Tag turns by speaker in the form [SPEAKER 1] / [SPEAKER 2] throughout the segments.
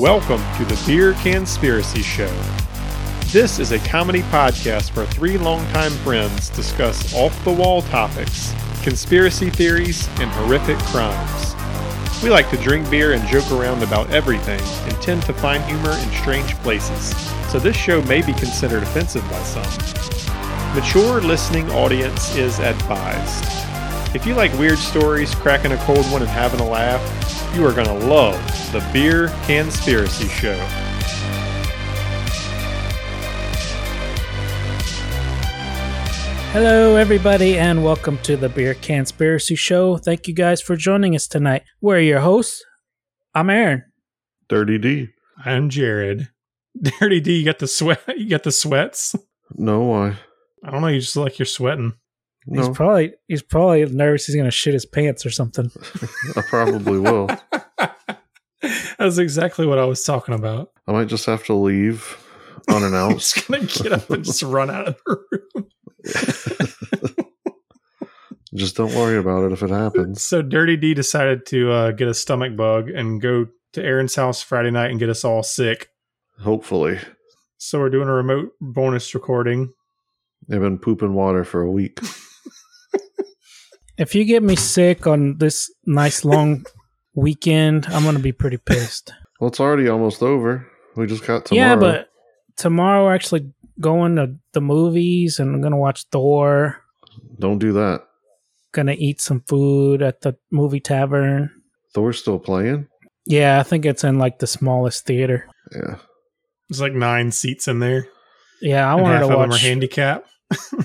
[SPEAKER 1] Welcome to the Beer Conspiracy Show. This is a comedy podcast where three longtime friends discuss off the wall topics, conspiracy theories, and horrific crimes. We like to drink beer and joke around about everything and tend to find humor in strange places, so this show may be considered offensive by some. Mature listening audience is advised. If you like weird stories, cracking a cold one, and having a laugh, you are going to love the Beer Conspiracy Show.
[SPEAKER 2] Hello, everybody, and welcome to the Beer Conspiracy Show. Thank you guys for joining us tonight. We're your hosts. I'm Aaron.
[SPEAKER 3] Dirty D.
[SPEAKER 4] I'm Jared. Dirty D, you got the sweat. You got the sweats.
[SPEAKER 3] No, why?
[SPEAKER 4] I don't know. You just look like you're sweating.
[SPEAKER 3] No,
[SPEAKER 2] He's probably he's probably nervous. He's gonna shit his pants or something.
[SPEAKER 3] I probably will.
[SPEAKER 4] That's exactly what I was talking about.
[SPEAKER 3] I might just have to leave
[SPEAKER 4] I'm
[SPEAKER 3] unannounced.
[SPEAKER 4] just gonna get up and just run out of the room.
[SPEAKER 3] just don't worry about it if it happens.
[SPEAKER 4] So Dirty D decided to uh, get a stomach bug and go to Aaron's house Friday night and get us all sick.
[SPEAKER 3] Hopefully.
[SPEAKER 4] So we're doing a remote bonus recording.
[SPEAKER 3] I've been pooping water for a week.
[SPEAKER 2] If you get me sick on this nice long weekend, I'm gonna be pretty pissed.
[SPEAKER 3] Well, it's already almost over. We just got tomorrow.
[SPEAKER 2] Yeah, but tomorrow we're actually going to the movies, and I'm gonna watch Thor.
[SPEAKER 3] don't do that.
[SPEAKER 2] Gonna eat some food at the movie tavern.
[SPEAKER 3] Thor's still playing.
[SPEAKER 2] Yeah, I think it's in like the smallest theater.
[SPEAKER 3] Yeah,
[SPEAKER 4] There's like nine seats in there.
[SPEAKER 2] Yeah, I
[SPEAKER 4] and
[SPEAKER 2] wanted
[SPEAKER 4] half
[SPEAKER 2] to
[SPEAKER 4] of them are
[SPEAKER 2] watch.
[SPEAKER 4] handicap.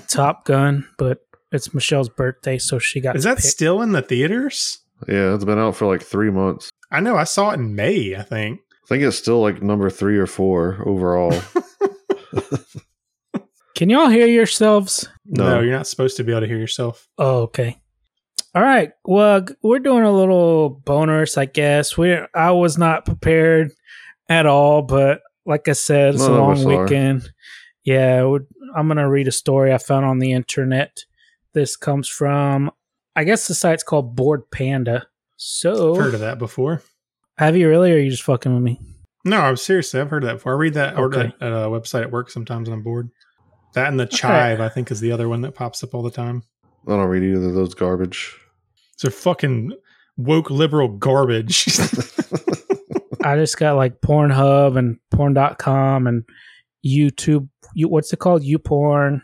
[SPEAKER 2] Top Gun, but it's Michelle's birthday, so she got.
[SPEAKER 4] Is that
[SPEAKER 2] picked.
[SPEAKER 4] still in the theaters?
[SPEAKER 3] yeah. It's been out for like three months.
[SPEAKER 4] I know. I saw it in May. I think.
[SPEAKER 3] I think it's still like number three or four overall.
[SPEAKER 2] Can y'all hear yourselves?
[SPEAKER 3] No.
[SPEAKER 4] no, you're not supposed to be able to hear yourself.
[SPEAKER 2] Oh, okay. All right. Well, g- we're doing a little bonus, I guess. We are I was not prepared at all, but like I said, it's
[SPEAKER 3] None
[SPEAKER 2] a
[SPEAKER 3] of
[SPEAKER 2] long
[SPEAKER 3] us are.
[SPEAKER 2] weekend. Yeah, we- I'm gonna read a story I found on the internet. This comes from, I guess, the site's called Board Panda. So,
[SPEAKER 4] Heard of that before?
[SPEAKER 2] have you really? Or are you just fucking with me?
[SPEAKER 4] No, I'm seriously. I've heard of that before. I read that or
[SPEAKER 2] Okay.
[SPEAKER 4] that at a website at work sometimes, and I'm bored. That and the chive, I think, is the other one that pops up all the time.
[SPEAKER 3] I don't read either of those garbage.
[SPEAKER 4] So fucking woke liberal garbage.
[SPEAKER 2] I just got like Pornhub and Porn.com and YouTube. You, what's it called? YouPorn.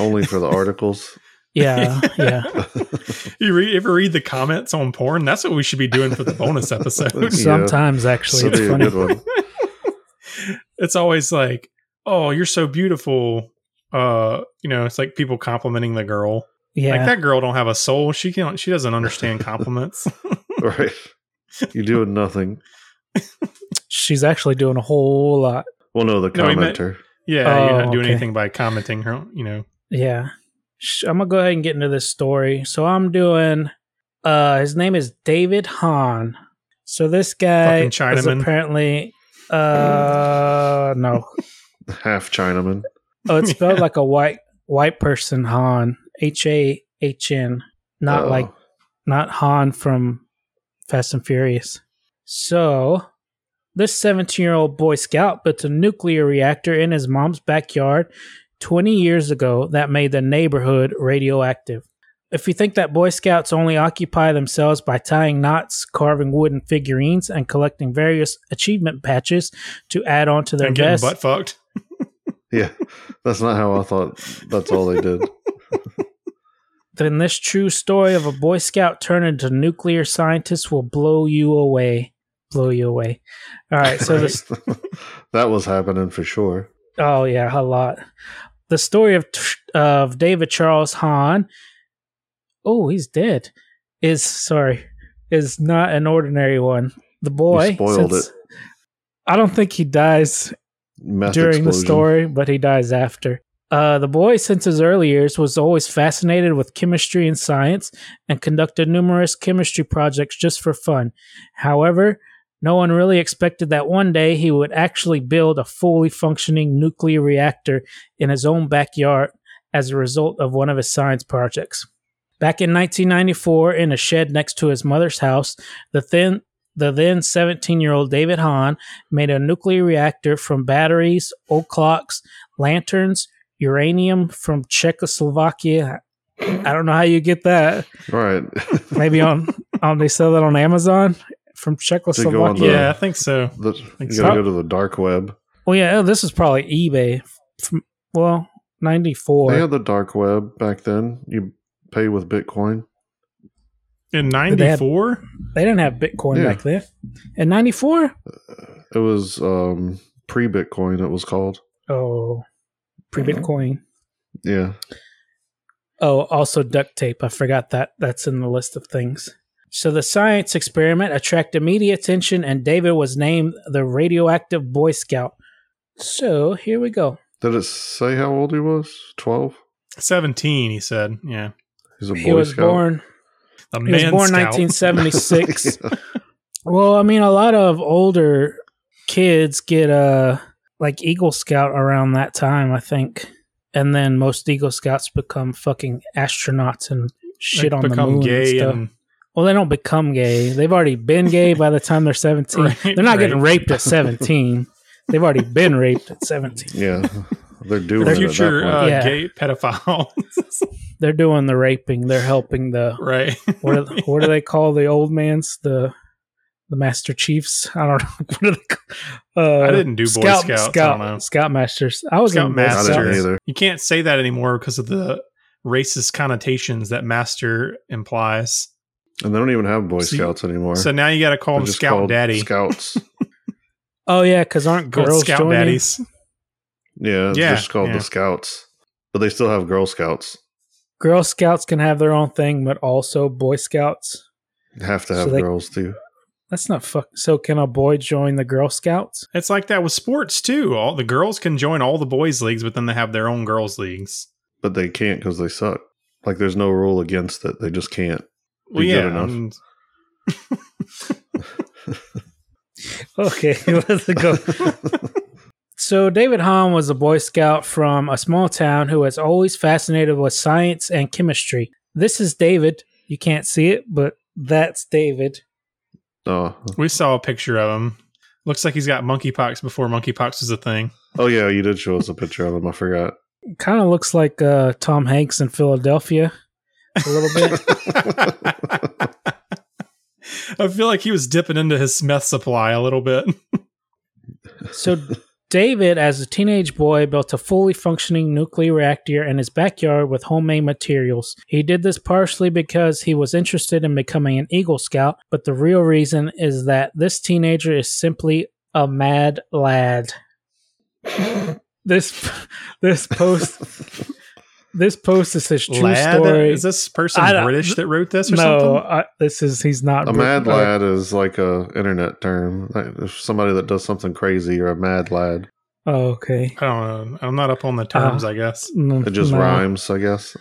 [SPEAKER 3] Only for the articles.
[SPEAKER 2] Yeah, yeah.
[SPEAKER 4] you re- ever read the comments on porn? That's what we should be doing for the bonus episodes.
[SPEAKER 2] Sometimes actually,
[SPEAKER 3] So
[SPEAKER 2] it's
[SPEAKER 3] be a
[SPEAKER 2] funny.
[SPEAKER 3] good one.
[SPEAKER 4] it's always like, "Oh, you're so beautiful." Uh, you know, it's like people complimenting the girl.
[SPEAKER 2] Yeah,
[SPEAKER 4] Like that girl don't have a soul. She can't. She doesn't understand compliments.
[SPEAKER 3] right. You're doing nothing.
[SPEAKER 2] she's actually doing a whole lot.
[SPEAKER 3] Well, no, the
[SPEAKER 4] No, we meant-
[SPEAKER 3] commenter.
[SPEAKER 4] yeah, you're not
[SPEAKER 2] Oh,
[SPEAKER 4] doing
[SPEAKER 2] okay.
[SPEAKER 4] anything by commenting. Her, you know.
[SPEAKER 2] Yeah, Sh- I'm gonna go ahead and get into this story. So I'm doing. Uh, his name is David Hahn. So this guy
[SPEAKER 4] Fucking Chinaman.
[SPEAKER 2] is apparently. Uh, no.
[SPEAKER 3] half Chinaman.
[SPEAKER 2] Oh, it's spelled
[SPEAKER 4] Yeah.
[SPEAKER 2] like a white white person Han. H a h n, not
[SPEAKER 3] Oh,
[SPEAKER 2] like not Han from Fast and Furious. So, this 17 year old Boy Scout built a nuclear reactor in his mom's backyard 20 years ago that made the neighborhood radioactive. If you think that Boy Scouts only occupy themselves by tying knots, carving wooden figurines, and collecting various achievement patches to add on to their
[SPEAKER 4] and getting
[SPEAKER 2] vests,
[SPEAKER 4] butt fucked.
[SPEAKER 3] yeah, that's not how I thought. That's all they did.
[SPEAKER 2] then this true story of a Boy Scout turned into nuclear scientist will blow you away. Blow you away. All right, so this
[SPEAKER 3] that was happening for sure.
[SPEAKER 2] Oh yeah, a lot. The story of of David Charles Hahn. Oh, he's dead. Is sorry, is not an ordinary one. The boy
[SPEAKER 3] You spoiled
[SPEAKER 2] since-
[SPEAKER 3] it.
[SPEAKER 2] I don't think he dies
[SPEAKER 3] Meth
[SPEAKER 2] during the
[SPEAKER 3] explosion.
[SPEAKER 2] story, but he dies after. Uh, the boy, since his early years, was always fascinated with chemistry and science and conducted numerous chemistry projects just for fun. However, no one really expected that one day he would actually build a fully functioning nuclear reactor in his own backyard as a result of one of his science projects. Back in 1994, in a shed next to his mother's house, the then the then 17 year old David Hahn made a nuclear reactor from batteries, old clocks, lanterns, uranium from Czechoslovakia. I don't know how you get that.
[SPEAKER 3] Right.
[SPEAKER 2] Maybe on, on they sell that on Amazon from
[SPEAKER 3] on the-
[SPEAKER 2] Czechoslovakia.
[SPEAKER 4] yeah, I think so.
[SPEAKER 3] The,
[SPEAKER 4] Think
[SPEAKER 3] you gotta go
[SPEAKER 4] so.
[SPEAKER 3] to the dark web.
[SPEAKER 2] Well, yeah, this is probably eBay. From, well,
[SPEAKER 3] They
[SPEAKER 2] 94.
[SPEAKER 3] had the dark web back then. You pay with Bitcoin.
[SPEAKER 4] In
[SPEAKER 2] they had-
[SPEAKER 4] '94,
[SPEAKER 2] They didn't have Bitcoin
[SPEAKER 3] Yeah.
[SPEAKER 2] back then. In 94?
[SPEAKER 3] It was um, pre Bitcoin, it was called.
[SPEAKER 2] Oh, pre Bitcoin.
[SPEAKER 3] Yeah.
[SPEAKER 2] Oh, also duct tape. I forgot that. That's in the list of things. So the science experiment attracted media attention, and David was named the radioactive Boy Scout. So here we go.
[SPEAKER 3] Did it say how old he was? 12?
[SPEAKER 4] 17, he said. Yeah,
[SPEAKER 3] He's a boy
[SPEAKER 2] he was
[SPEAKER 3] scout.
[SPEAKER 2] born.
[SPEAKER 4] the
[SPEAKER 2] He was
[SPEAKER 4] man
[SPEAKER 2] born
[SPEAKER 4] scout.
[SPEAKER 2] 1976.
[SPEAKER 3] Yeah.
[SPEAKER 2] Well, I mean, a lot of older kids get uh like Eagle Scout around that time, I think, and then most Eagle Scouts become fucking astronauts and
[SPEAKER 4] They
[SPEAKER 2] shit on the
[SPEAKER 4] become
[SPEAKER 2] moon. and
[SPEAKER 4] gay
[SPEAKER 2] stuff.
[SPEAKER 4] and
[SPEAKER 2] Well, they don't become gay. They've already been gay by the time they're 17.
[SPEAKER 4] Right,
[SPEAKER 2] they're not getting
[SPEAKER 4] right.
[SPEAKER 2] raped at 17. They've already been raped at 17.
[SPEAKER 3] Yeah. They're doing it. at
[SPEAKER 4] future
[SPEAKER 3] that
[SPEAKER 4] uh,
[SPEAKER 3] point.
[SPEAKER 2] Yeah.
[SPEAKER 4] gay pedophile,
[SPEAKER 2] They're doing the raping. They're helping the
[SPEAKER 4] right?
[SPEAKER 2] what do, what do they call the old man's the the master chiefs? I don't know. What do they call- uh,
[SPEAKER 4] I didn't do Boy Scouts. I
[SPEAKER 2] scout,
[SPEAKER 4] don't know.
[SPEAKER 2] scout masters. I was
[SPEAKER 4] Scout
[SPEAKER 2] in Boy
[SPEAKER 3] I
[SPEAKER 4] Master.
[SPEAKER 3] didn't
[SPEAKER 2] Scouts.
[SPEAKER 3] either.
[SPEAKER 4] You can't say that anymore because of the racist connotations that master implies.
[SPEAKER 3] And they don't even have Boy
[SPEAKER 4] So you-
[SPEAKER 3] Scouts anymore.
[SPEAKER 4] So now you got to call
[SPEAKER 3] They're
[SPEAKER 4] them
[SPEAKER 3] just
[SPEAKER 4] Scout
[SPEAKER 3] called
[SPEAKER 4] Daddy.
[SPEAKER 3] Scouts.
[SPEAKER 2] Oh yeah, because aren't
[SPEAKER 4] Called
[SPEAKER 2] girls
[SPEAKER 4] Scout
[SPEAKER 2] joining?
[SPEAKER 4] Daddies.
[SPEAKER 3] Yeah, it's
[SPEAKER 4] Yeah,
[SPEAKER 3] just called
[SPEAKER 4] yeah.
[SPEAKER 3] the Scouts. But they still have Girl Scouts.
[SPEAKER 2] Girl Scouts can have their own thing, but also Boy Scouts.
[SPEAKER 3] Have to
[SPEAKER 2] So
[SPEAKER 3] have
[SPEAKER 2] they-
[SPEAKER 3] girls too.
[SPEAKER 2] That's not fuck. So can a boy join the Girl Scouts?
[SPEAKER 4] It's like that with sports too. All the girls can join all the boys' leagues, but then they have their own girls' leagues.
[SPEAKER 3] But they can't because they suck. Like there's no rule against it. They just can't.
[SPEAKER 4] Well,
[SPEAKER 3] Be good
[SPEAKER 4] yeah,
[SPEAKER 3] enough.
[SPEAKER 4] and-
[SPEAKER 2] Okay, let's go. So, David Hahn was a Boy Scout from a small town who was always fascinated with science and chemistry. This is David. You can't see it, but that's David.
[SPEAKER 3] oh.
[SPEAKER 4] we saw a picture of him. Looks like he's got monkeypox before monkeypox was a thing.
[SPEAKER 3] oh yeah, you did show us a picture of him. I forgot.
[SPEAKER 2] Kind of looks like uh, Tom Hanks in Philadelphia a little bit.
[SPEAKER 4] I feel like he was dipping into his meth supply a little bit.
[SPEAKER 2] so, David, as a teenage boy, built a fully functioning nuclear reactor in his backyard with homemade materials. He did this partially because he was interested in becoming an Eagle Scout, but the real reason is that this teenager is simply a mad lad. this this post this post is his true
[SPEAKER 4] Lad,
[SPEAKER 2] story.
[SPEAKER 4] is this person
[SPEAKER 2] I don't-
[SPEAKER 4] British that wrote this or
[SPEAKER 2] no,
[SPEAKER 4] something?
[SPEAKER 2] I, this is he's not
[SPEAKER 3] A
[SPEAKER 2] Brit-
[SPEAKER 3] mad
[SPEAKER 2] uh,
[SPEAKER 3] lad is like a internet term. Like if somebody that does something crazy, you're a mad lad.
[SPEAKER 2] Oh, okay.
[SPEAKER 4] I don't know. I'm not up on the terms, I guess.
[SPEAKER 3] It just
[SPEAKER 2] No.
[SPEAKER 3] rhymes, I guess.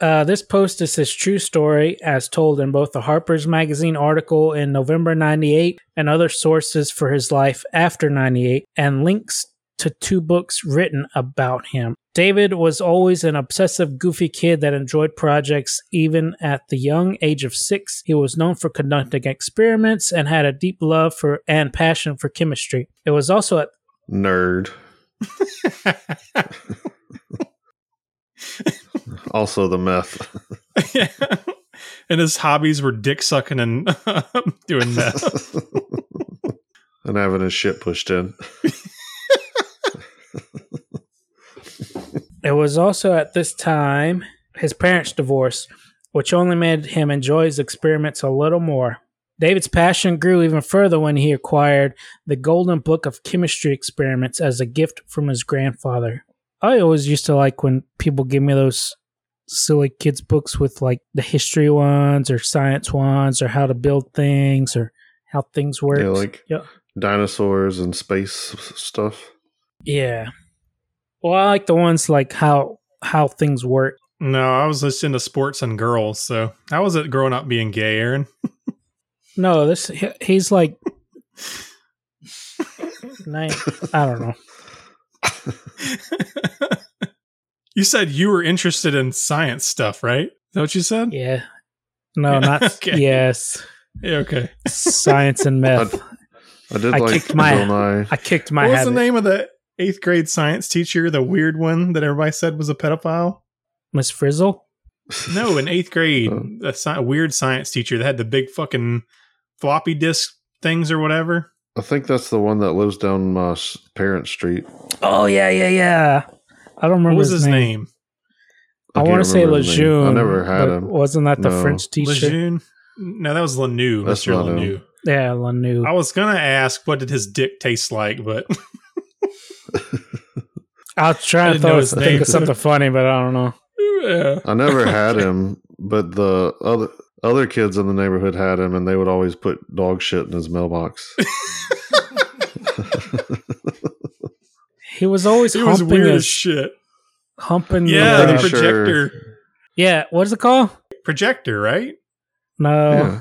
[SPEAKER 2] Uh, this post is his true story as told in both the Harper's Magazine article in November 98 and other sources for his life after 98 and links to two books written about him. David was always an obsessive, goofy kid that enjoyed projects even at the young age of six. He was known for conducting experiments and had a deep love for and passion for chemistry. It was also at
[SPEAKER 3] Nerd. Also the meth.
[SPEAKER 4] and his hobbies were dick sucking and doing meth.
[SPEAKER 3] and having his shit pushed in.
[SPEAKER 2] It was also at this time his parents divorced, which only made him enjoy his experiments a little more. David's passion grew even further when he acquired the Golden Book of Chemistry Experiments as a gift from his grandfather. I always used to like when people give me those silly kids' books with like the history ones or science ones or how to build things or how things work.
[SPEAKER 3] Yeah, like
[SPEAKER 2] Yeah.
[SPEAKER 3] dinosaurs and space s- stuff.
[SPEAKER 2] yeah. Well, I like the ones like how how things work.
[SPEAKER 4] No, I was just into sports and girls. So how was it growing up being gay, Aaron?
[SPEAKER 2] No, this he- he's like. Nine, I don't know.
[SPEAKER 4] You said you were interested in science stuff, right? Is that what you said?
[SPEAKER 2] Yeah, no, not
[SPEAKER 4] Okay.
[SPEAKER 2] yes.
[SPEAKER 4] Yeah, okay.
[SPEAKER 2] Science and meth.
[SPEAKER 3] I did
[SPEAKER 2] I
[SPEAKER 3] like
[SPEAKER 2] kicked my-
[SPEAKER 3] Goldeneye.
[SPEAKER 2] I kicked my
[SPEAKER 4] what was
[SPEAKER 2] habit.
[SPEAKER 4] the name of the eighth grade science teacher, the weird one that everybody said was a pedophile?
[SPEAKER 2] Miss Frizzle.
[SPEAKER 4] No, in eighth grade,
[SPEAKER 3] Oh.
[SPEAKER 4] a sci- weird science teacher that had the big fucking floppy disk things or whatever.
[SPEAKER 3] I think that's the one that lives down my s- parents' street.
[SPEAKER 2] Oh yeah, yeah, yeah. I don't remember
[SPEAKER 4] What was
[SPEAKER 2] his,
[SPEAKER 4] his
[SPEAKER 2] name.
[SPEAKER 4] name?
[SPEAKER 2] I,
[SPEAKER 3] can't
[SPEAKER 2] want to say
[SPEAKER 3] remember his name.
[SPEAKER 2] Lejeune.
[SPEAKER 3] I never had
[SPEAKER 2] but
[SPEAKER 3] him.
[SPEAKER 4] oh.
[SPEAKER 2] Wasn't that the
[SPEAKER 3] No.
[SPEAKER 2] French teacher?
[SPEAKER 4] Lejeune? No, that was Lanou.
[SPEAKER 3] That's
[SPEAKER 4] Mr.
[SPEAKER 3] Lanou.
[SPEAKER 4] Lanou.
[SPEAKER 2] Yeah, Lanou.
[SPEAKER 4] I was gonna ask what did his dick taste like, but
[SPEAKER 2] I'll try
[SPEAKER 4] I
[SPEAKER 2] and
[SPEAKER 4] didn't
[SPEAKER 2] throw
[SPEAKER 4] know
[SPEAKER 2] a
[SPEAKER 4] his
[SPEAKER 2] think
[SPEAKER 4] name.
[SPEAKER 2] of something funny, but I don't know.
[SPEAKER 4] yeah.
[SPEAKER 3] I never had him, but the other other kids in the neighborhood had him, and they would always put dog shit in his mailbox.
[SPEAKER 2] He was always
[SPEAKER 4] It was
[SPEAKER 2] humping
[SPEAKER 4] weird as
[SPEAKER 2] his,
[SPEAKER 4] shit.
[SPEAKER 2] humping.
[SPEAKER 4] Yeah,
[SPEAKER 2] the,
[SPEAKER 4] the
[SPEAKER 3] I'm pretty sure-
[SPEAKER 4] projector.
[SPEAKER 2] yeah. What is it called?
[SPEAKER 4] Projector, right? Oh.
[SPEAKER 2] No,
[SPEAKER 3] yeah.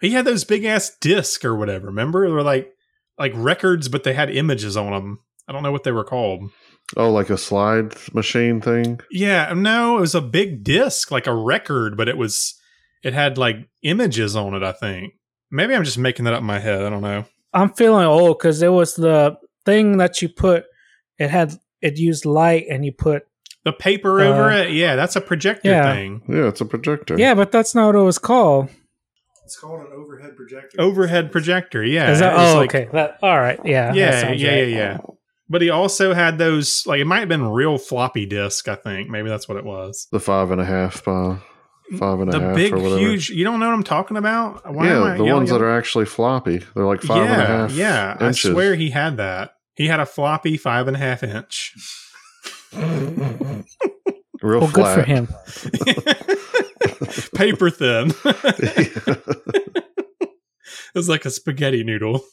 [SPEAKER 4] He had those big ass discs or whatever. Remember, they were like like records, but they had images on them. I don't know what they were called.
[SPEAKER 3] Oh, like a slide machine thing.
[SPEAKER 4] Yeah, no, it was a big disc, like a record, but it was it had like images on it. I think maybe I'm just making that up in my head. I don't know.
[SPEAKER 2] I'm feeling old because it was the thing that you put. It had it used light, and you put
[SPEAKER 4] The paper
[SPEAKER 2] Uh,
[SPEAKER 4] over it, yeah, that's a projector
[SPEAKER 2] yeah.
[SPEAKER 4] thing.
[SPEAKER 3] Yeah, it's a projector.
[SPEAKER 2] yeah, but that's not what it was called.
[SPEAKER 5] It's called an overhead projector.
[SPEAKER 4] Overhead projector, yeah.
[SPEAKER 2] Is that,
[SPEAKER 4] It was
[SPEAKER 2] oh,
[SPEAKER 4] like-
[SPEAKER 2] okay. That, all right. Yeah. that
[SPEAKER 4] Yeah,
[SPEAKER 2] sounds
[SPEAKER 4] yeah,
[SPEAKER 2] right.
[SPEAKER 4] yeah, yeah. But he also had those like it might have been real floppy disk. I think maybe that's what it was.
[SPEAKER 3] the five and a half by five and a half
[SPEAKER 4] The big,
[SPEAKER 3] or whatever.
[SPEAKER 4] huge. You don't know what I'm talking about? Why am
[SPEAKER 3] yeah,
[SPEAKER 4] I
[SPEAKER 3] the
[SPEAKER 4] yelling
[SPEAKER 3] ones
[SPEAKER 4] at-
[SPEAKER 3] that are actually floppy. They're like five and a half.
[SPEAKER 4] Yeah,
[SPEAKER 3] inches.
[SPEAKER 4] I swear he had that. He had a floppy five and a half inch.
[SPEAKER 3] real
[SPEAKER 2] Well, good
[SPEAKER 3] flat.
[SPEAKER 2] for him.
[SPEAKER 4] Paper thin. it was like a spaghetti noodle.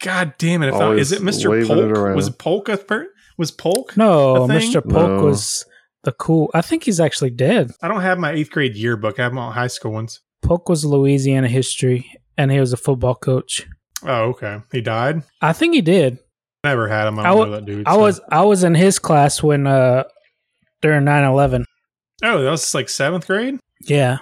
[SPEAKER 4] God damn it! If I, is it
[SPEAKER 3] Always
[SPEAKER 4] Mr.
[SPEAKER 3] waving it
[SPEAKER 4] Polk?
[SPEAKER 3] around.
[SPEAKER 4] Was Polk a per- was Polk?
[SPEAKER 2] No,
[SPEAKER 4] The thing?
[SPEAKER 2] Mr. Polk
[SPEAKER 3] No.
[SPEAKER 2] was the cool. I think he's actually dead.
[SPEAKER 4] I don't have my eighth grade yearbook. I have my high school ones.
[SPEAKER 2] Polk was Louisiana history, and he was a football coach.
[SPEAKER 4] Oh, okay. He died.
[SPEAKER 2] I think he did.
[SPEAKER 4] Never had him. I
[SPEAKER 2] I
[SPEAKER 4] don't
[SPEAKER 2] wa-
[SPEAKER 4] know that dude.
[SPEAKER 2] I
[SPEAKER 4] so-
[SPEAKER 2] was I was in his class when uh during 9-11.
[SPEAKER 4] Oh, that was like seventh grade.
[SPEAKER 2] Yeah.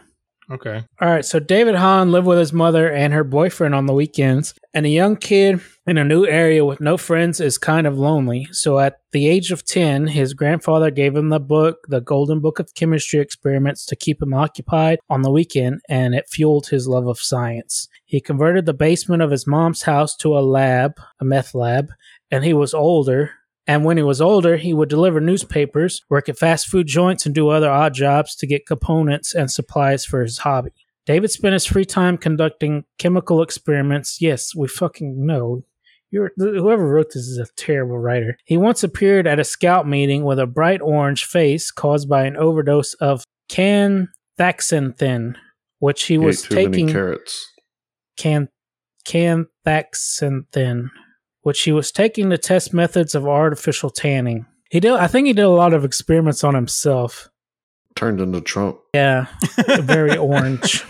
[SPEAKER 4] Okay.
[SPEAKER 2] All right, so David Hahn lived with his mother and her boyfriend on the weekends, and a young kid in a new area with no friends is kind of lonely. So at the age of 10, his grandfather gave him the book, The Golden Book of Chemistry Experiments, to keep him occupied on the weekend, and it fueled his love of science. He converted the basement of his mom's house to a lab, a meth lab, and he was older. And when he was older, he would deliver newspapers, work at fast food joints, and do other odd jobs to get components and supplies for his hobby. David spent his free time conducting chemical experiments. Yes, we fucking know. You're, th- whoever wrote this is a terrible writer. He once appeared at a scout meeting with a bright orange face caused by an overdose of canthaxanthin, which he
[SPEAKER 3] He
[SPEAKER 2] was
[SPEAKER 3] ate too many
[SPEAKER 2] taking.
[SPEAKER 3] carrots.
[SPEAKER 2] Can canthaxanthin, which he was taking to test methods of artificial tanning. He did. I think he did a lot of experiments on himself.
[SPEAKER 3] Turned into Trump.
[SPEAKER 2] Yeah, very orange.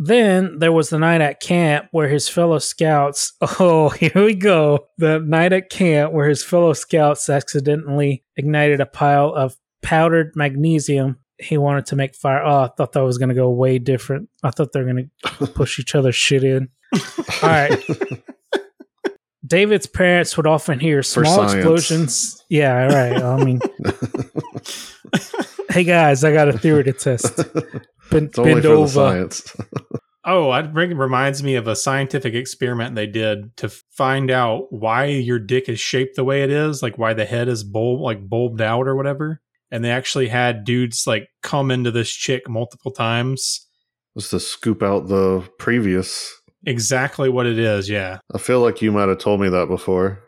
[SPEAKER 2] Then there was the night at camp where his fellow scouts. Oh, here we go. The night at camp where his fellow scouts accidentally ignited a pile of powdered magnesium. He wanted to make fire. Oh, I thought that was going to go way different. I thought they were going to push each other's shit in. All right. David's parents would often hear small
[SPEAKER 3] science.
[SPEAKER 2] explosions. Yeah, right. I mean, hey guys, I got a theory to test. Bend,
[SPEAKER 3] It's only
[SPEAKER 2] bend
[SPEAKER 3] for the
[SPEAKER 2] over.
[SPEAKER 3] science.
[SPEAKER 4] oh, that bring- reminds me of a scientific experiment they did to find out why your dick is shaped the way it is, like why the head is bulb like bulbed out or whatever. And they actually had dudes like come into this chick multiple times.
[SPEAKER 3] Was to scoop out the previous.
[SPEAKER 4] Exactly what it is. Yeah,
[SPEAKER 3] I feel like you might have told me that before.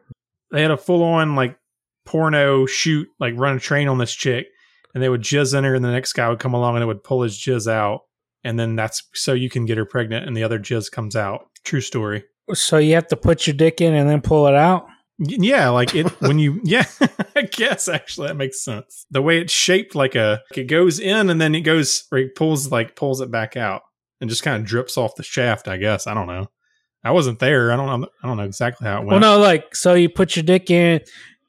[SPEAKER 4] they had a full on like porno shoot, like run a train on this chick, and they would jizz in her, and the next guy would come along and it would pull his jizz out, and then that's so you can get her pregnant, and the other jizz comes out. True story.
[SPEAKER 2] So you have to put your dick in and then pull it out.
[SPEAKER 4] Y- Yeah, like it when you yeah, I guess actually that makes sense. The way it's shaped like a like it goes in and then it goes or it pulls like pulls it back out and just kind of drips off the shaft, I guess. I don't know. I wasn't there. I don't know I don't know exactly how it
[SPEAKER 2] Well,
[SPEAKER 4] went.
[SPEAKER 2] no, like so you put your dick in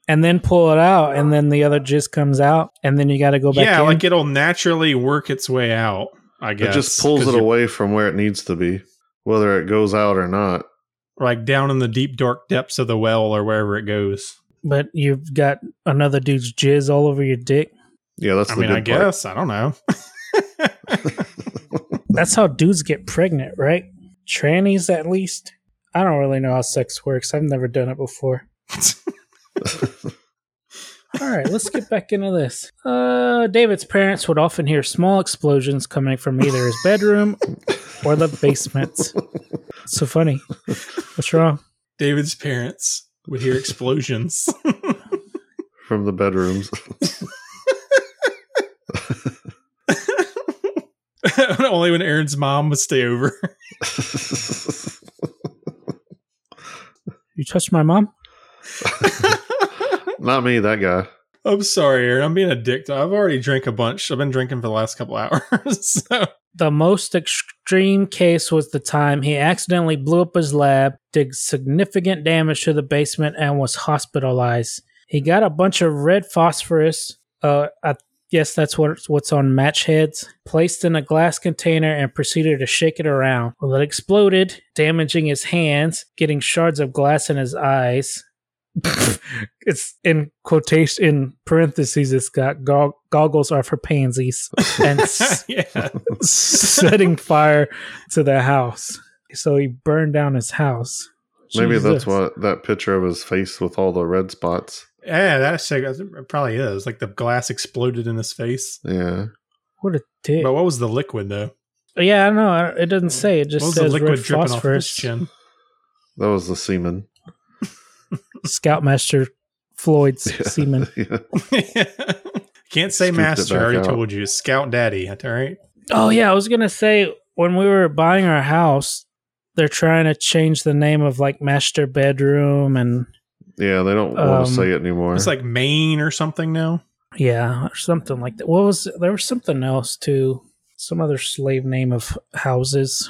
[SPEAKER 2] and then pull it out, and then the other jizz comes out, and then you got to go back.
[SPEAKER 4] yeah,
[SPEAKER 2] in.
[SPEAKER 4] like it'll naturally work its way out. I guess
[SPEAKER 3] it just pulls
[SPEAKER 4] 'cause
[SPEAKER 3] it
[SPEAKER 4] you're,
[SPEAKER 3] away from where it needs to be, whether it goes out or not.
[SPEAKER 4] like down in the deep dark depths of the well or wherever it goes.
[SPEAKER 2] But you've got another dude's jizz all over your dick.
[SPEAKER 3] Yeah, that's
[SPEAKER 4] I
[SPEAKER 3] the
[SPEAKER 4] mean, I
[SPEAKER 3] good part.
[SPEAKER 4] guess I don't know.
[SPEAKER 2] That's how dudes get pregnant, right? Trannies, at least. I don't really know how sex works. I've never done it before. All right, let's get back into this. Uh, David's parents would often hear small explosions coming from either his bedroom or the basement. So funny. What's wrong?
[SPEAKER 4] David's parents would hear explosions.
[SPEAKER 3] From the bedrooms.
[SPEAKER 4] Only when Aaron's mom would stay over.
[SPEAKER 2] You touched my mom?
[SPEAKER 3] not me, that guy.
[SPEAKER 4] I'm sorry, Aaron. I'm being a dick. I've already drank a bunch. I've been drinking for the last couple hours. So
[SPEAKER 2] The most extreme case was the time he accidentally blew up his lab, did significant damage to the basement, and was hospitalized. He got a bunch of red phosphorus. Uh, I guess that's what, what's on match heads. Placed in a glass container and proceeded to shake it around. Well, it exploded, damaging his hands, getting shards of glass in his eyes. it's in quotation in parentheses. It's got gog- goggles are for pansies and. s-
[SPEAKER 4] yeah.
[SPEAKER 2] setting fire to the house. So he burned down his house.
[SPEAKER 3] Maybe that's
[SPEAKER 2] Jesus.
[SPEAKER 3] what that picture of his face with all the red spots.
[SPEAKER 4] Yeah, that's it probably is. Like the glass exploded in his face.
[SPEAKER 3] Yeah.
[SPEAKER 2] What a dick.
[SPEAKER 4] But what was the liquid though?
[SPEAKER 2] yeah, I don't know. I- It doesn't say. It
[SPEAKER 4] what
[SPEAKER 2] just
[SPEAKER 4] was the
[SPEAKER 2] says
[SPEAKER 4] liquid
[SPEAKER 2] red
[SPEAKER 4] dripping off his
[SPEAKER 2] phosphorus.
[SPEAKER 4] chin?
[SPEAKER 3] That was the semen.
[SPEAKER 2] Scoutmaster Floyd's semen.
[SPEAKER 3] Yeah.
[SPEAKER 4] Can't say
[SPEAKER 3] Scooped it
[SPEAKER 4] master. I
[SPEAKER 3] back
[SPEAKER 4] already
[SPEAKER 3] out.
[SPEAKER 4] told you. Scout daddy. All right.
[SPEAKER 2] Oh yeah, I was gonna say when we were buying our house, they're trying to change the name of like master bedroom and
[SPEAKER 3] Yeah, they don't want
[SPEAKER 2] Um,
[SPEAKER 3] to say it anymore.
[SPEAKER 4] It's like Maine or something now.
[SPEAKER 2] yeah, or something like that. What was there was something else too? Some other slave name of houses,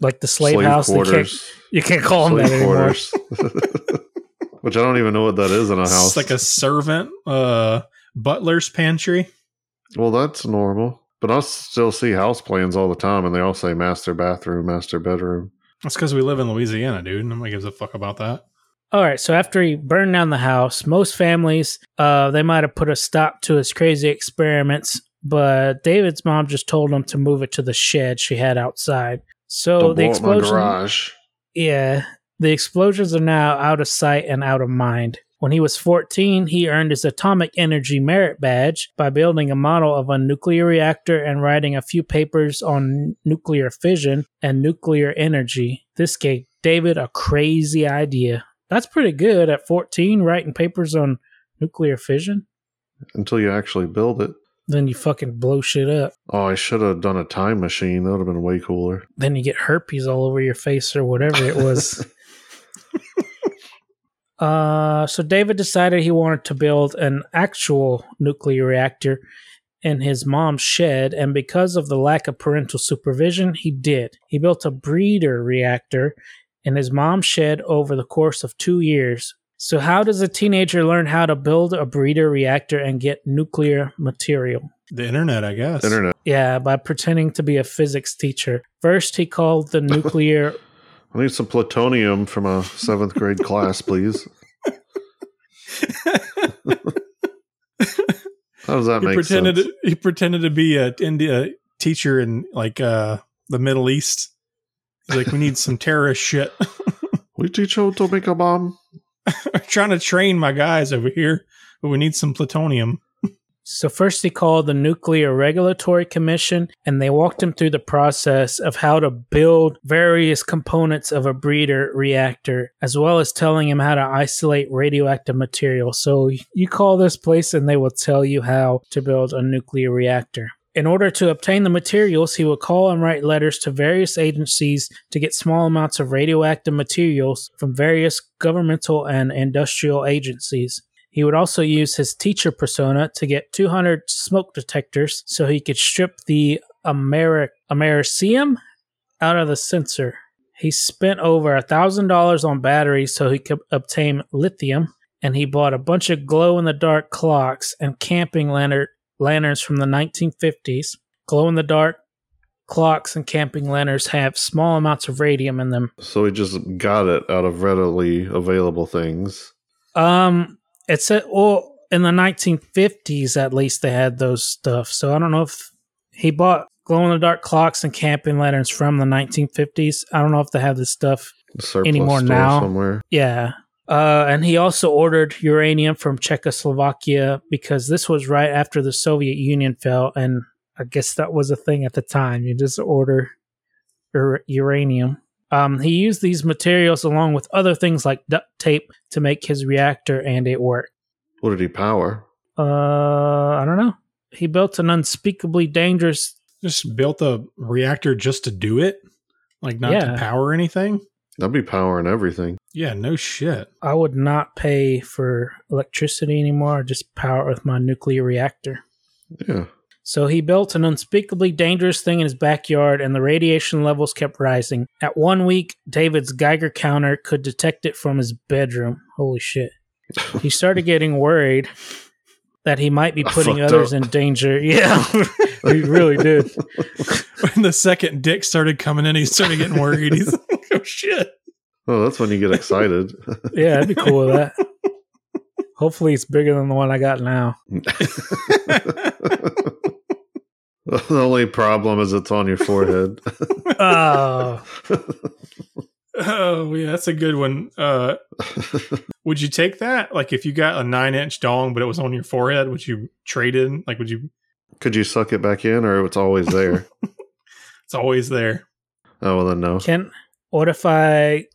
[SPEAKER 2] like the slave, house. They can't You can't call them that
[SPEAKER 3] Slave
[SPEAKER 2] anymore.
[SPEAKER 3] quarters. Which I don't even know what that is in a house.
[SPEAKER 4] It's like a servant, uh butler's pantry.
[SPEAKER 3] well, that's normal. But I still see house plans all the time, and they all say master bathroom, master bedroom.
[SPEAKER 4] That's because we live in Louisiana, dude. Nobody gives a fuck about that.
[SPEAKER 2] All right, so after he burned down the house, most families uh, they might have put a stop to his crazy experiments, but David's mom just told him to move it to the shed she had outside. So
[SPEAKER 4] Oh,
[SPEAKER 3] Don't
[SPEAKER 2] the
[SPEAKER 3] blow up my
[SPEAKER 2] explosion,
[SPEAKER 3] garage.
[SPEAKER 2] yeah, the explosions are now out of sight and out of mind. When he was 14, he earned his Atomic Energy Merit Badge by building a model of a nuclear reactor and writing a few papers on nuclear fission and nuclear energy. This gave David a crazy idea. That's pretty good at 14, writing papers on nuclear fission.
[SPEAKER 3] until you actually build it.
[SPEAKER 2] Then you fucking blow shit up.
[SPEAKER 3] Oh, I should have done a time machine. That would have been way cooler.
[SPEAKER 2] Then you get herpes all over your face or whatever it was. Uh, so David decided he wanted to build an actual nuclear reactor in his mom's shed, and because of the lack of parental supervision, he did. He built a breeder reactor in his mom's shed over the course of two years. So, how does a teenager learn how to build a breeder reactor and get nuclear material?
[SPEAKER 4] The internet, I guess.
[SPEAKER 3] Internet.
[SPEAKER 2] Yeah, by pretending to be a physics teacher. First, he called the nuclear
[SPEAKER 3] I need some plutonium from a seventh grade class, please. How does that
[SPEAKER 4] he
[SPEAKER 3] make
[SPEAKER 4] pretended
[SPEAKER 3] sense?
[SPEAKER 4] he pretended to be a India teacher in like uh the Middle East. He's like, we need some terrorist shit.
[SPEAKER 3] We teach how to make a bomb.
[SPEAKER 4] I'm trying to train my guys over here, but we need some plutonium.
[SPEAKER 2] So first he called the Nuclear Regulatory Commission and they walked him through the process of how to build various components of a breeder reactor as well as telling him how to isolate radioactive material. So you call this place and they will tell you how to build a nuclear reactor. In order to obtain the materials, he would call and write letters to various agencies to get small amounts of radioactive materials from various governmental and industrial agencies. He would also use his teacher persona to get 200 smoke detectors so he could strip the Ameri- Americium out of the sensor. He spent over $1,000 on batteries so he could obtain lithium, and he bought a bunch of glow in the dark clocks and camping lantern- lanterns from the 1950s. Glow in the dark clocks and camping lanterns have small amounts of radium in them.
[SPEAKER 3] So he just got it out of readily available things.
[SPEAKER 2] Um, it said, well, in the 1950s, at least they had those stuff. So I don't know if he bought glow in the dark clocks and camping lanterns from the 1950s. I don't know if they have this stuff.
[SPEAKER 3] Surplus
[SPEAKER 2] Anymore
[SPEAKER 3] store
[SPEAKER 2] now?
[SPEAKER 3] somewhere.
[SPEAKER 2] Yeah. Uh, and he also ordered uranium from Czechoslovakia because this was right after the Soviet Union fell. And I guess that was a thing at the time. You just order ur- uranium. Um, he used these materials along with other things like duct tape to make his reactor, and it worked.
[SPEAKER 3] What did he power?
[SPEAKER 2] Uh, I don't know. He built an unspeakably dangerous.
[SPEAKER 4] Just built a reactor just to do it, like not
[SPEAKER 2] Yeah.
[SPEAKER 4] to power anything.
[SPEAKER 3] That'd be powering everything.
[SPEAKER 4] Yeah, no shit.
[SPEAKER 2] I would not pay for electricity anymore. I just power it with my nuclear reactor.
[SPEAKER 3] Yeah.
[SPEAKER 2] So he built an unspeakably dangerous thing in his backyard, and the radiation levels kept rising. At one week, David's Geiger counter could detect it from his bedroom. Holy shit. He started getting worried that he might be
[SPEAKER 3] I
[SPEAKER 2] putting
[SPEAKER 3] fucked
[SPEAKER 2] others
[SPEAKER 3] up.
[SPEAKER 2] in danger. Yeah, he really did.
[SPEAKER 4] When the second dick started coming in, he started getting worried. He's like, oh shit.
[SPEAKER 3] Oh, that's when you get excited.
[SPEAKER 2] Yeah, that'd be cool with that. Hopefully, it's bigger than the one I got now.
[SPEAKER 3] the only problem is it's on your forehead.
[SPEAKER 2] Oh,
[SPEAKER 4] Oh yeah, that's a good one. Uh, would you take that? Like if you got a nine inch dong, but it was on your forehead, would you trade in? Like would you?
[SPEAKER 3] Could you suck it back in, or it's always there?
[SPEAKER 4] It's always there.
[SPEAKER 3] Oh well, then no.
[SPEAKER 2] can what if I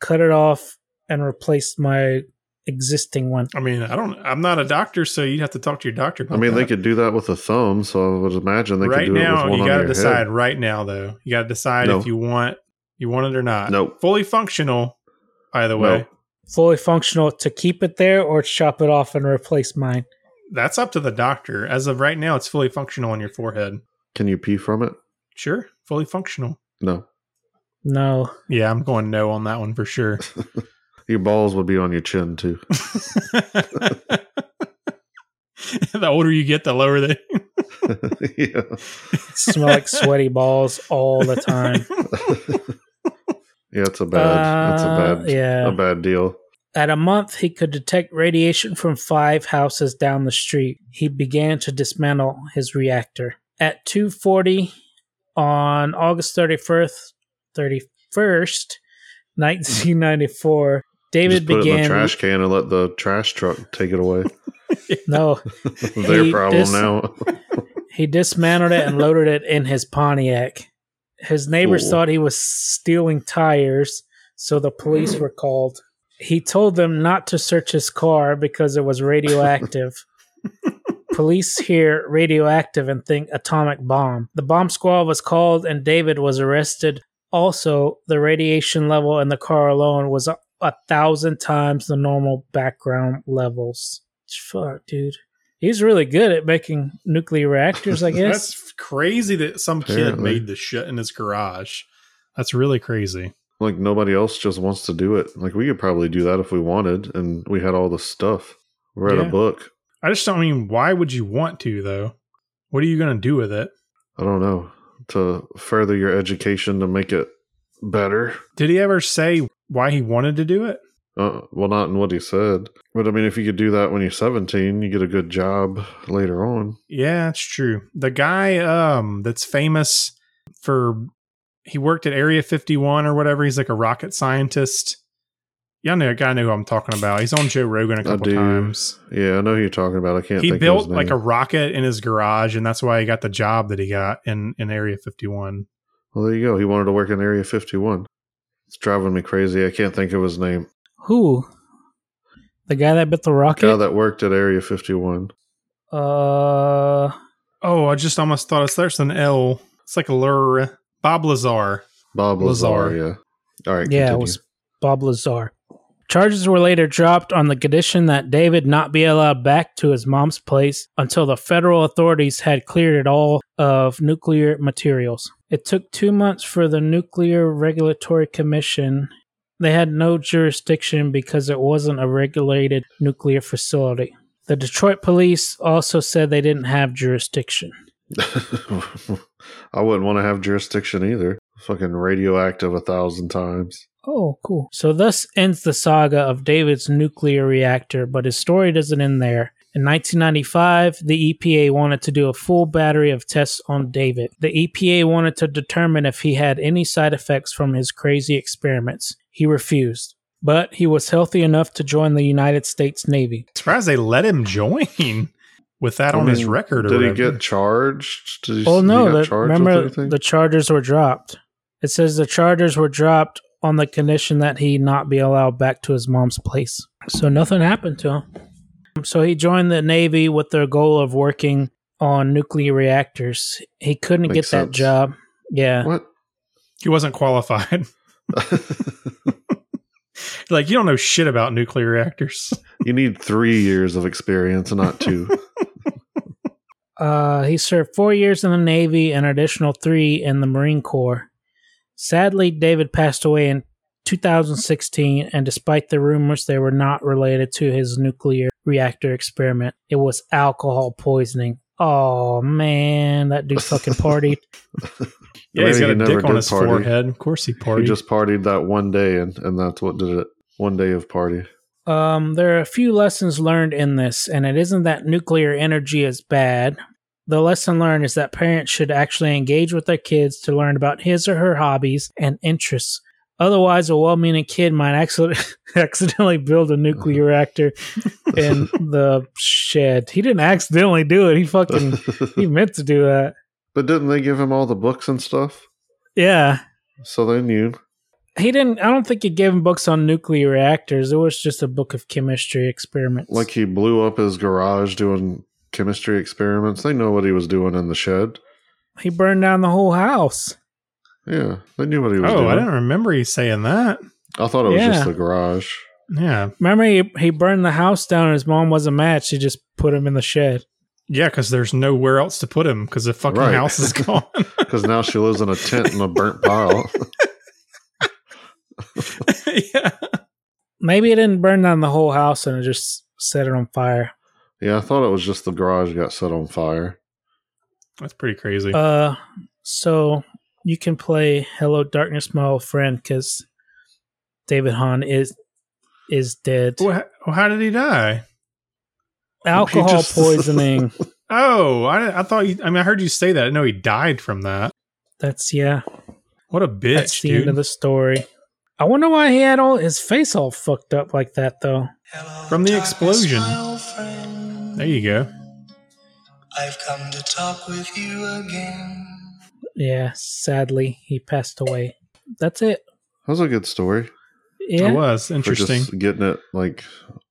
[SPEAKER 2] cut it off and replaced my existing one?
[SPEAKER 4] I mean, I don't. I'm not a doctor, so you'd have to talk to your doctor. About
[SPEAKER 3] I mean,
[SPEAKER 4] that.
[SPEAKER 3] they could do that with a thumb, so I would imagine they
[SPEAKER 4] right
[SPEAKER 3] could do
[SPEAKER 4] now
[SPEAKER 3] it with one
[SPEAKER 4] you
[SPEAKER 3] on
[SPEAKER 4] got to
[SPEAKER 3] your
[SPEAKER 4] decide
[SPEAKER 3] head.
[SPEAKER 4] right now though you got to decide
[SPEAKER 3] No.
[SPEAKER 4] if you want you want it or not
[SPEAKER 3] Nope.
[SPEAKER 4] fully functional by the way
[SPEAKER 3] No.
[SPEAKER 2] Fully functional to keep it there or chop it off and replace mine?
[SPEAKER 4] that's up to the doctor as of right now it's fully functional on your forehead
[SPEAKER 3] Can you pee from it?
[SPEAKER 4] sure fully functional
[SPEAKER 3] No.
[SPEAKER 2] No.
[SPEAKER 4] yeah i'm going no on that one for sure
[SPEAKER 3] Your balls would be on your chin too.
[SPEAKER 4] the older you get the lower they
[SPEAKER 3] yeah.
[SPEAKER 2] Smell like sweaty balls all the time.
[SPEAKER 3] Yeah, it's a bad. that's
[SPEAKER 2] Uh,
[SPEAKER 3] a bad.
[SPEAKER 2] Yeah.
[SPEAKER 3] A bad deal.
[SPEAKER 2] At a month, he could detect radiation from five houses down the street. He began to dismantle his reactor. At 2:40 on August 31st, 31st, 1994, David
[SPEAKER 3] Just put it in
[SPEAKER 2] began
[SPEAKER 3] the trash can and let the trash truck take it away.
[SPEAKER 2] No,
[SPEAKER 3] Their
[SPEAKER 2] He
[SPEAKER 3] problem
[SPEAKER 2] dis-
[SPEAKER 3] now.
[SPEAKER 2] he dismantled it and loaded it in his Pontiac. His neighbors
[SPEAKER 3] Ooh.
[SPEAKER 2] thought he was stealing tires, so the police were called. He told them not to search his car because it was radioactive. Police hear radioactive and think atomic bomb. The bomb squad was called and David was arrested. Also, the radiation level in the car alone was a, a thousand times the normal background levels. Fuck, dude. He's really good at making nuclear reactors, I guess.
[SPEAKER 4] that's crazy that some kid
[SPEAKER 3] Apparently.
[SPEAKER 4] made the shit in his garage that's really crazy
[SPEAKER 3] like nobody else just wants to do it. Like we could probably do that if we wanted, and we had all the stuff. Read
[SPEAKER 4] Yeah.
[SPEAKER 3] a book.
[SPEAKER 4] i just don't I mean why would you want to though what are you going to do with it
[SPEAKER 3] I don't know to further your education to make it better.
[SPEAKER 4] Did he ever say why he wanted to do it?
[SPEAKER 3] Uh, well, not in what he said, but I mean, if you could do that when you're 17, you get a good job later on.
[SPEAKER 4] Yeah, that's true. The guy um that's famous for he worked at Area 51 or whatever. He's like a rocket scientist. Y'all know a guy know who I'm talking about. He's on Joe Rogan a couple
[SPEAKER 3] do.
[SPEAKER 4] times.
[SPEAKER 3] Yeah, I know who you're talking about. I can't.
[SPEAKER 4] He
[SPEAKER 3] think of
[SPEAKER 4] built
[SPEAKER 3] his name.
[SPEAKER 4] like a rocket in his garage, and that's why he got the job that he got in in Area 51.
[SPEAKER 3] Well, there you go. He wanted to work in Area 51. It's driving me crazy. I can't think of his name.
[SPEAKER 2] Who? The guy that bit the rocket?
[SPEAKER 3] Guy that worked at Area 51.
[SPEAKER 2] uh,
[SPEAKER 4] Oh, I just almost thought it's there's an L. It's like a lure. Bob Lazar.
[SPEAKER 3] Bob
[SPEAKER 4] Lazar.
[SPEAKER 3] Lazar. Yeah. All right.
[SPEAKER 2] yeah, it
[SPEAKER 3] continue.
[SPEAKER 2] was Bob Lazar. Charges were later dropped on the condition that David not be allowed back to his mom's place until the federal authorities had cleared it all of nuclear materials. It took two months for the Nuclear Regulatory Commission. They had no jurisdiction because it wasn't a regulated nuclear facility. The Detroit police also said they didn't have jurisdiction.
[SPEAKER 3] I wouldn't want to have jurisdiction either. Fucking radioactive a thousand times.
[SPEAKER 2] Oh, cool. So, thus ends the saga of David's nuclear reactor, but his story doesn't end there. In 1995, the EPA wanted to do a full battery of tests on David. The EPA wanted to determine if he had any side effects from his crazy experiments. He refused, but he was healthy enough to join the United States Navy.
[SPEAKER 4] Surprised they let him join with that
[SPEAKER 3] I
[SPEAKER 4] on his
[SPEAKER 3] mean,
[SPEAKER 4] record.
[SPEAKER 3] Did
[SPEAKER 4] or
[SPEAKER 3] he
[SPEAKER 4] whatever.
[SPEAKER 3] get charged? Did he,
[SPEAKER 2] Oh
[SPEAKER 3] he
[SPEAKER 2] no!
[SPEAKER 3] got
[SPEAKER 2] The,
[SPEAKER 3] charged with
[SPEAKER 2] remember,
[SPEAKER 3] anything?
[SPEAKER 2] the charges were dropped. It says the charges were dropped on the condition that he not be allowed back to his mom's place. So nothing happened to him. So he joined the Navy with their goal of working on nuclear reactors. He couldn't
[SPEAKER 3] Makes
[SPEAKER 2] get that
[SPEAKER 3] sense.
[SPEAKER 2] job. Yeah.
[SPEAKER 3] what?
[SPEAKER 4] He wasn't qualified. like you don't know shit about nuclear reactors.
[SPEAKER 3] you need three years of experience and not two.
[SPEAKER 2] Uh, he served four years in the Navy and an additional three in the Marine Corps. Sadly, David passed away in 2016, and despite the rumors, they were not related to his nuclear reactor experiment. It was alcohol poisoning. Oh man, that dude fucking partied.
[SPEAKER 4] Yeah,
[SPEAKER 3] Maybe
[SPEAKER 4] he's got
[SPEAKER 3] he
[SPEAKER 4] a
[SPEAKER 3] never
[SPEAKER 4] dick on
[SPEAKER 3] did
[SPEAKER 4] his
[SPEAKER 3] party.
[SPEAKER 4] forehead. Of course he
[SPEAKER 3] he
[SPEAKER 4] partied.
[SPEAKER 3] just partied that one day, and, and that's what did it. One day of party.
[SPEAKER 2] Um, there are a few lessons learned in this, and it isn't that nuclear energy is bad. The lesson learned is that parents should actually engage with their kids to learn about his or her hobbies and interests. Otherwise, a well meaning kid might accident- accidentally build a nuclear reactor in the shed. He didn't accidentally do it. He fucking he meant to do that.
[SPEAKER 3] but didn't they give him all the books and stuff?
[SPEAKER 2] Yeah.
[SPEAKER 3] So they knew.
[SPEAKER 2] He didn't I don't think he gave him books on nuclear reactors. It was just a book of chemistry experiments.
[SPEAKER 3] Like he blew up his garage doing chemistry experiments. They know what he was doing in the shed.
[SPEAKER 2] he burned down the whole house.
[SPEAKER 3] Yeah, they knew what he was
[SPEAKER 4] oh,
[SPEAKER 3] doing.
[SPEAKER 4] I didn't remember you saying that.
[SPEAKER 3] I thought it was
[SPEAKER 2] Yeah.
[SPEAKER 3] just the garage.
[SPEAKER 4] Yeah,
[SPEAKER 2] Remember, he, he burned the house down and his mom wasn't mad. She just put him in the shed.
[SPEAKER 4] yeah, because there's nowhere else to put him because the fucking
[SPEAKER 3] Right.
[SPEAKER 4] house is gone.
[SPEAKER 3] Because now she lives in a tent in a burnt pile.
[SPEAKER 4] yeah,
[SPEAKER 2] Maybe it didn't burn down the whole house and it just set it on fire.
[SPEAKER 3] yeah, I thought it was just the garage got set on fire.
[SPEAKER 4] that's pretty crazy.
[SPEAKER 2] Uh, so you can play Hello Darkness, my old friend, because David Hahn is is dead.
[SPEAKER 4] well, h- well, how did he die?
[SPEAKER 2] Alcohol
[SPEAKER 3] He just-
[SPEAKER 2] poisoning.
[SPEAKER 4] Oh, I, I thought you. I mean, I heard you say that. I know he died from that.
[SPEAKER 2] That's yeah.
[SPEAKER 4] What a bitch,
[SPEAKER 2] That's the
[SPEAKER 4] dude.
[SPEAKER 2] end of the story. I wonder why he had all his face all fucked up like that though.
[SPEAKER 4] From the explosion.
[SPEAKER 6] There
[SPEAKER 4] there you go.
[SPEAKER 6] I've come to talk with you again.
[SPEAKER 2] Yeah, sadly he passed away. That's it.
[SPEAKER 3] That was a good story.
[SPEAKER 2] Yeah.
[SPEAKER 4] It was
[SPEAKER 3] For
[SPEAKER 4] interesting.
[SPEAKER 3] just getting it like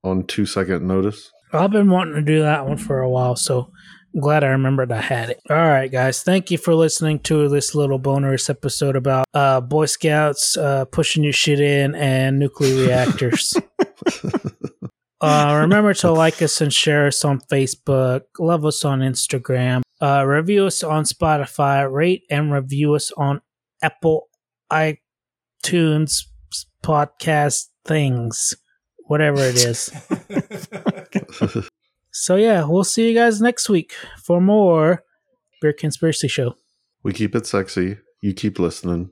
[SPEAKER 3] on two second notice.
[SPEAKER 2] I've been wanting to do that one for a while, so I'm glad I remembered I had it. All right, guys, thank you for listening to this little bonus episode about uh, Boy Scouts uh, pushing your shit in and nuclear reactors. uh, remember to like us and share us on Facebook, love us on Instagram, uh, review us on Spotify, rate and review us on Apple iTunes podcast things, whatever it is. So yeah, we'll see you guys next week for more Beer Conspiracy Show.
[SPEAKER 3] we keep it sexy. You keep listening.